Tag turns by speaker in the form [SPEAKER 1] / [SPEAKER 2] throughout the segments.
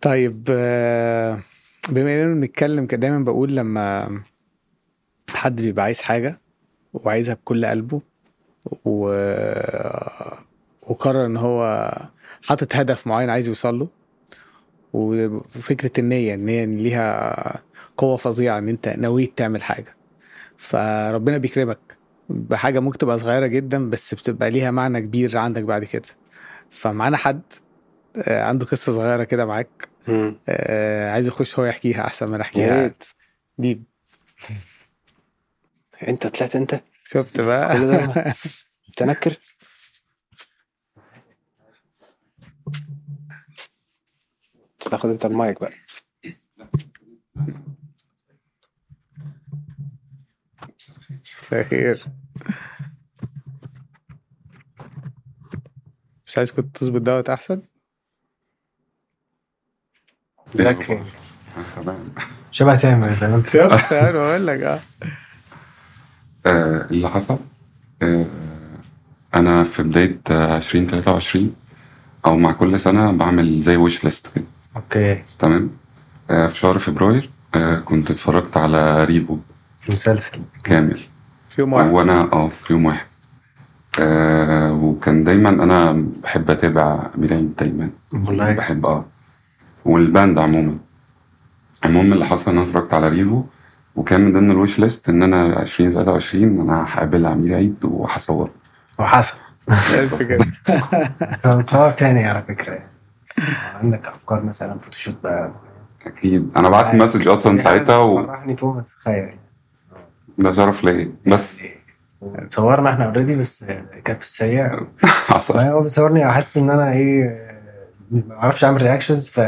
[SPEAKER 1] طيب آه، بما اننا بنتكلم كده دايما بقول لما حد بيبقى عايز حاجه وعايزها بكل قلبه و... وقرر ان هو حاطط هدف معين عايز يوصل له وفكره النيه النيه إن ليها قوه فظيعه ان انت نويت تعمل حاجه فربنا بيكرمك بحاجه ممكن تبقى صغيره جدا بس بتبقى ليها معنى كبير عندك بعد كده فمعانا حد آه، عنده قصه صغيره كده معاك
[SPEAKER 2] مم.
[SPEAKER 1] آه، عايز يخش هو يحكيها احسن ما أنا
[SPEAKER 2] يا
[SPEAKER 1] احكيها
[SPEAKER 2] ريت
[SPEAKER 1] دي
[SPEAKER 2] انت طلعت انت
[SPEAKER 1] شفت بقى
[SPEAKER 2] كل ده تنكر تاخد انت المايك بقى
[SPEAKER 1] مساء الخير مش عايز كنت تظبط دوت احسن
[SPEAKER 2] لكن
[SPEAKER 3] تمام
[SPEAKER 2] شبه تامر فاهم
[SPEAKER 1] شفت انا بقول لك اه
[SPEAKER 3] آه، اللي حصل آه، انا في بدايه آه، 2023 او مع كل سنه بعمل زي ويش ليست كده
[SPEAKER 4] اوكي
[SPEAKER 3] تمام آه، في شهر فبراير آه، كنت اتفرجت على ريفو
[SPEAKER 4] مسلسل
[SPEAKER 3] كامل
[SPEAKER 1] في يوم واحد
[SPEAKER 3] وانا اه في يوم واحد آه وكان دايما انا بحب اتابع ميلاد دايما
[SPEAKER 4] والله
[SPEAKER 3] بحب اه والباند عموما المهم اللي حصل ان انا اتفرجت على ريفو وكان من ضمن الويش ليست ان انا 2023 انا هقابل عميل عيد وهصور
[SPEAKER 4] وحصل
[SPEAKER 1] بس كده
[SPEAKER 4] تصور تاني على فكره عندك افكار مثلا فوتوشوب بقى يعني
[SPEAKER 3] اكيد انا بعت مسج اصلا ساعتها وده
[SPEAKER 4] فرحني فوق ما تتخيل يعني
[SPEAKER 3] شرف ليا بس
[SPEAKER 4] صورنا احنا اوريدي بس كانت في السريع
[SPEAKER 3] حصل
[SPEAKER 4] فهو بيصورني احس ان انا ايه ما اعرفش اعمل رياكشنز ف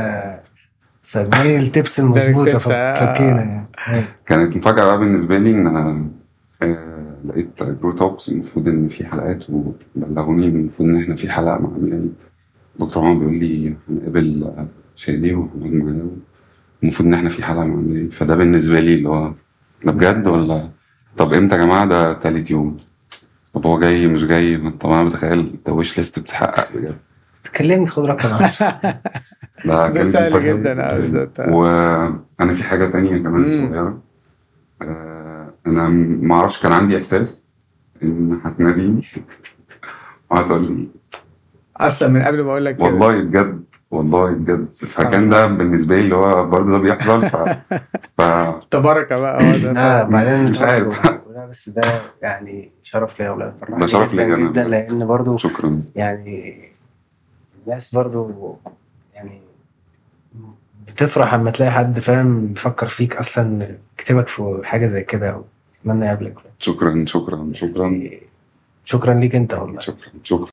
[SPEAKER 4] فاداني التبس المظبوطه
[SPEAKER 1] التبس، آه.
[SPEAKER 4] فبكينا يعني
[SPEAKER 3] أيوه.
[SPEAKER 4] أيوة.
[SPEAKER 3] كانت مفاجأة بقى بالنسبة لي إن أنا آه، لقيت برو توكس المفروض إن في حلقات وبلغوني إن المفروض إن إحنا في حلقة مع أمير عيد دكتور عمر بيقول لي هنقابل آه، شادي وهنقعد معاه المفروض إن إحنا في حلقة مع أمير عيد فده بالنسبة لي اللي هو ده بجد ولا طب إمتى يا جماعة ده تالت يوم طب هو جاي مش جاي ما طب أنا بتخيل ده ويش ليست بتتحقق بجد
[SPEAKER 4] تكلمني خد رقم
[SPEAKER 3] ده
[SPEAKER 1] ده
[SPEAKER 3] كان
[SPEAKER 1] سهل
[SPEAKER 3] مفاجأة
[SPEAKER 1] جداً، آه، بالذات.
[SPEAKER 3] وانا في حاجه تانية كمان
[SPEAKER 1] مم.
[SPEAKER 3] صغيره آه، انا م- ما اعرفش كان عندي احساس ان هتناديني وهتقول لي
[SPEAKER 1] اصلا من قبل ما اقول لك كده.
[SPEAKER 3] والله بجد والله بجد فكان ده بالنسبه لي اللي هو برضه ده بيحصل ف, ف...
[SPEAKER 1] تبارك بقى هو ده
[SPEAKER 4] لا بعدين
[SPEAKER 3] مش عارف.
[SPEAKER 4] لا بس ده يعني شرف ليا ولا فرحني
[SPEAKER 3] ده شرف
[SPEAKER 4] جدا
[SPEAKER 3] ليا أنا.
[SPEAKER 4] جدا لان برضو
[SPEAKER 3] شكرا
[SPEAKER 4] يعني الناس برضو يعني بتفرح لما تلاقي حد فاهم بيفكر فيك اصلا كتبك في حاجه زي كده او يتمنى يقابلك
[SPEAKER 3] شكرا شكرا شكرا
[SPEAKER 4] يعني شكرا ليك انت والله
[SPEAKER 3] شكرا شكرا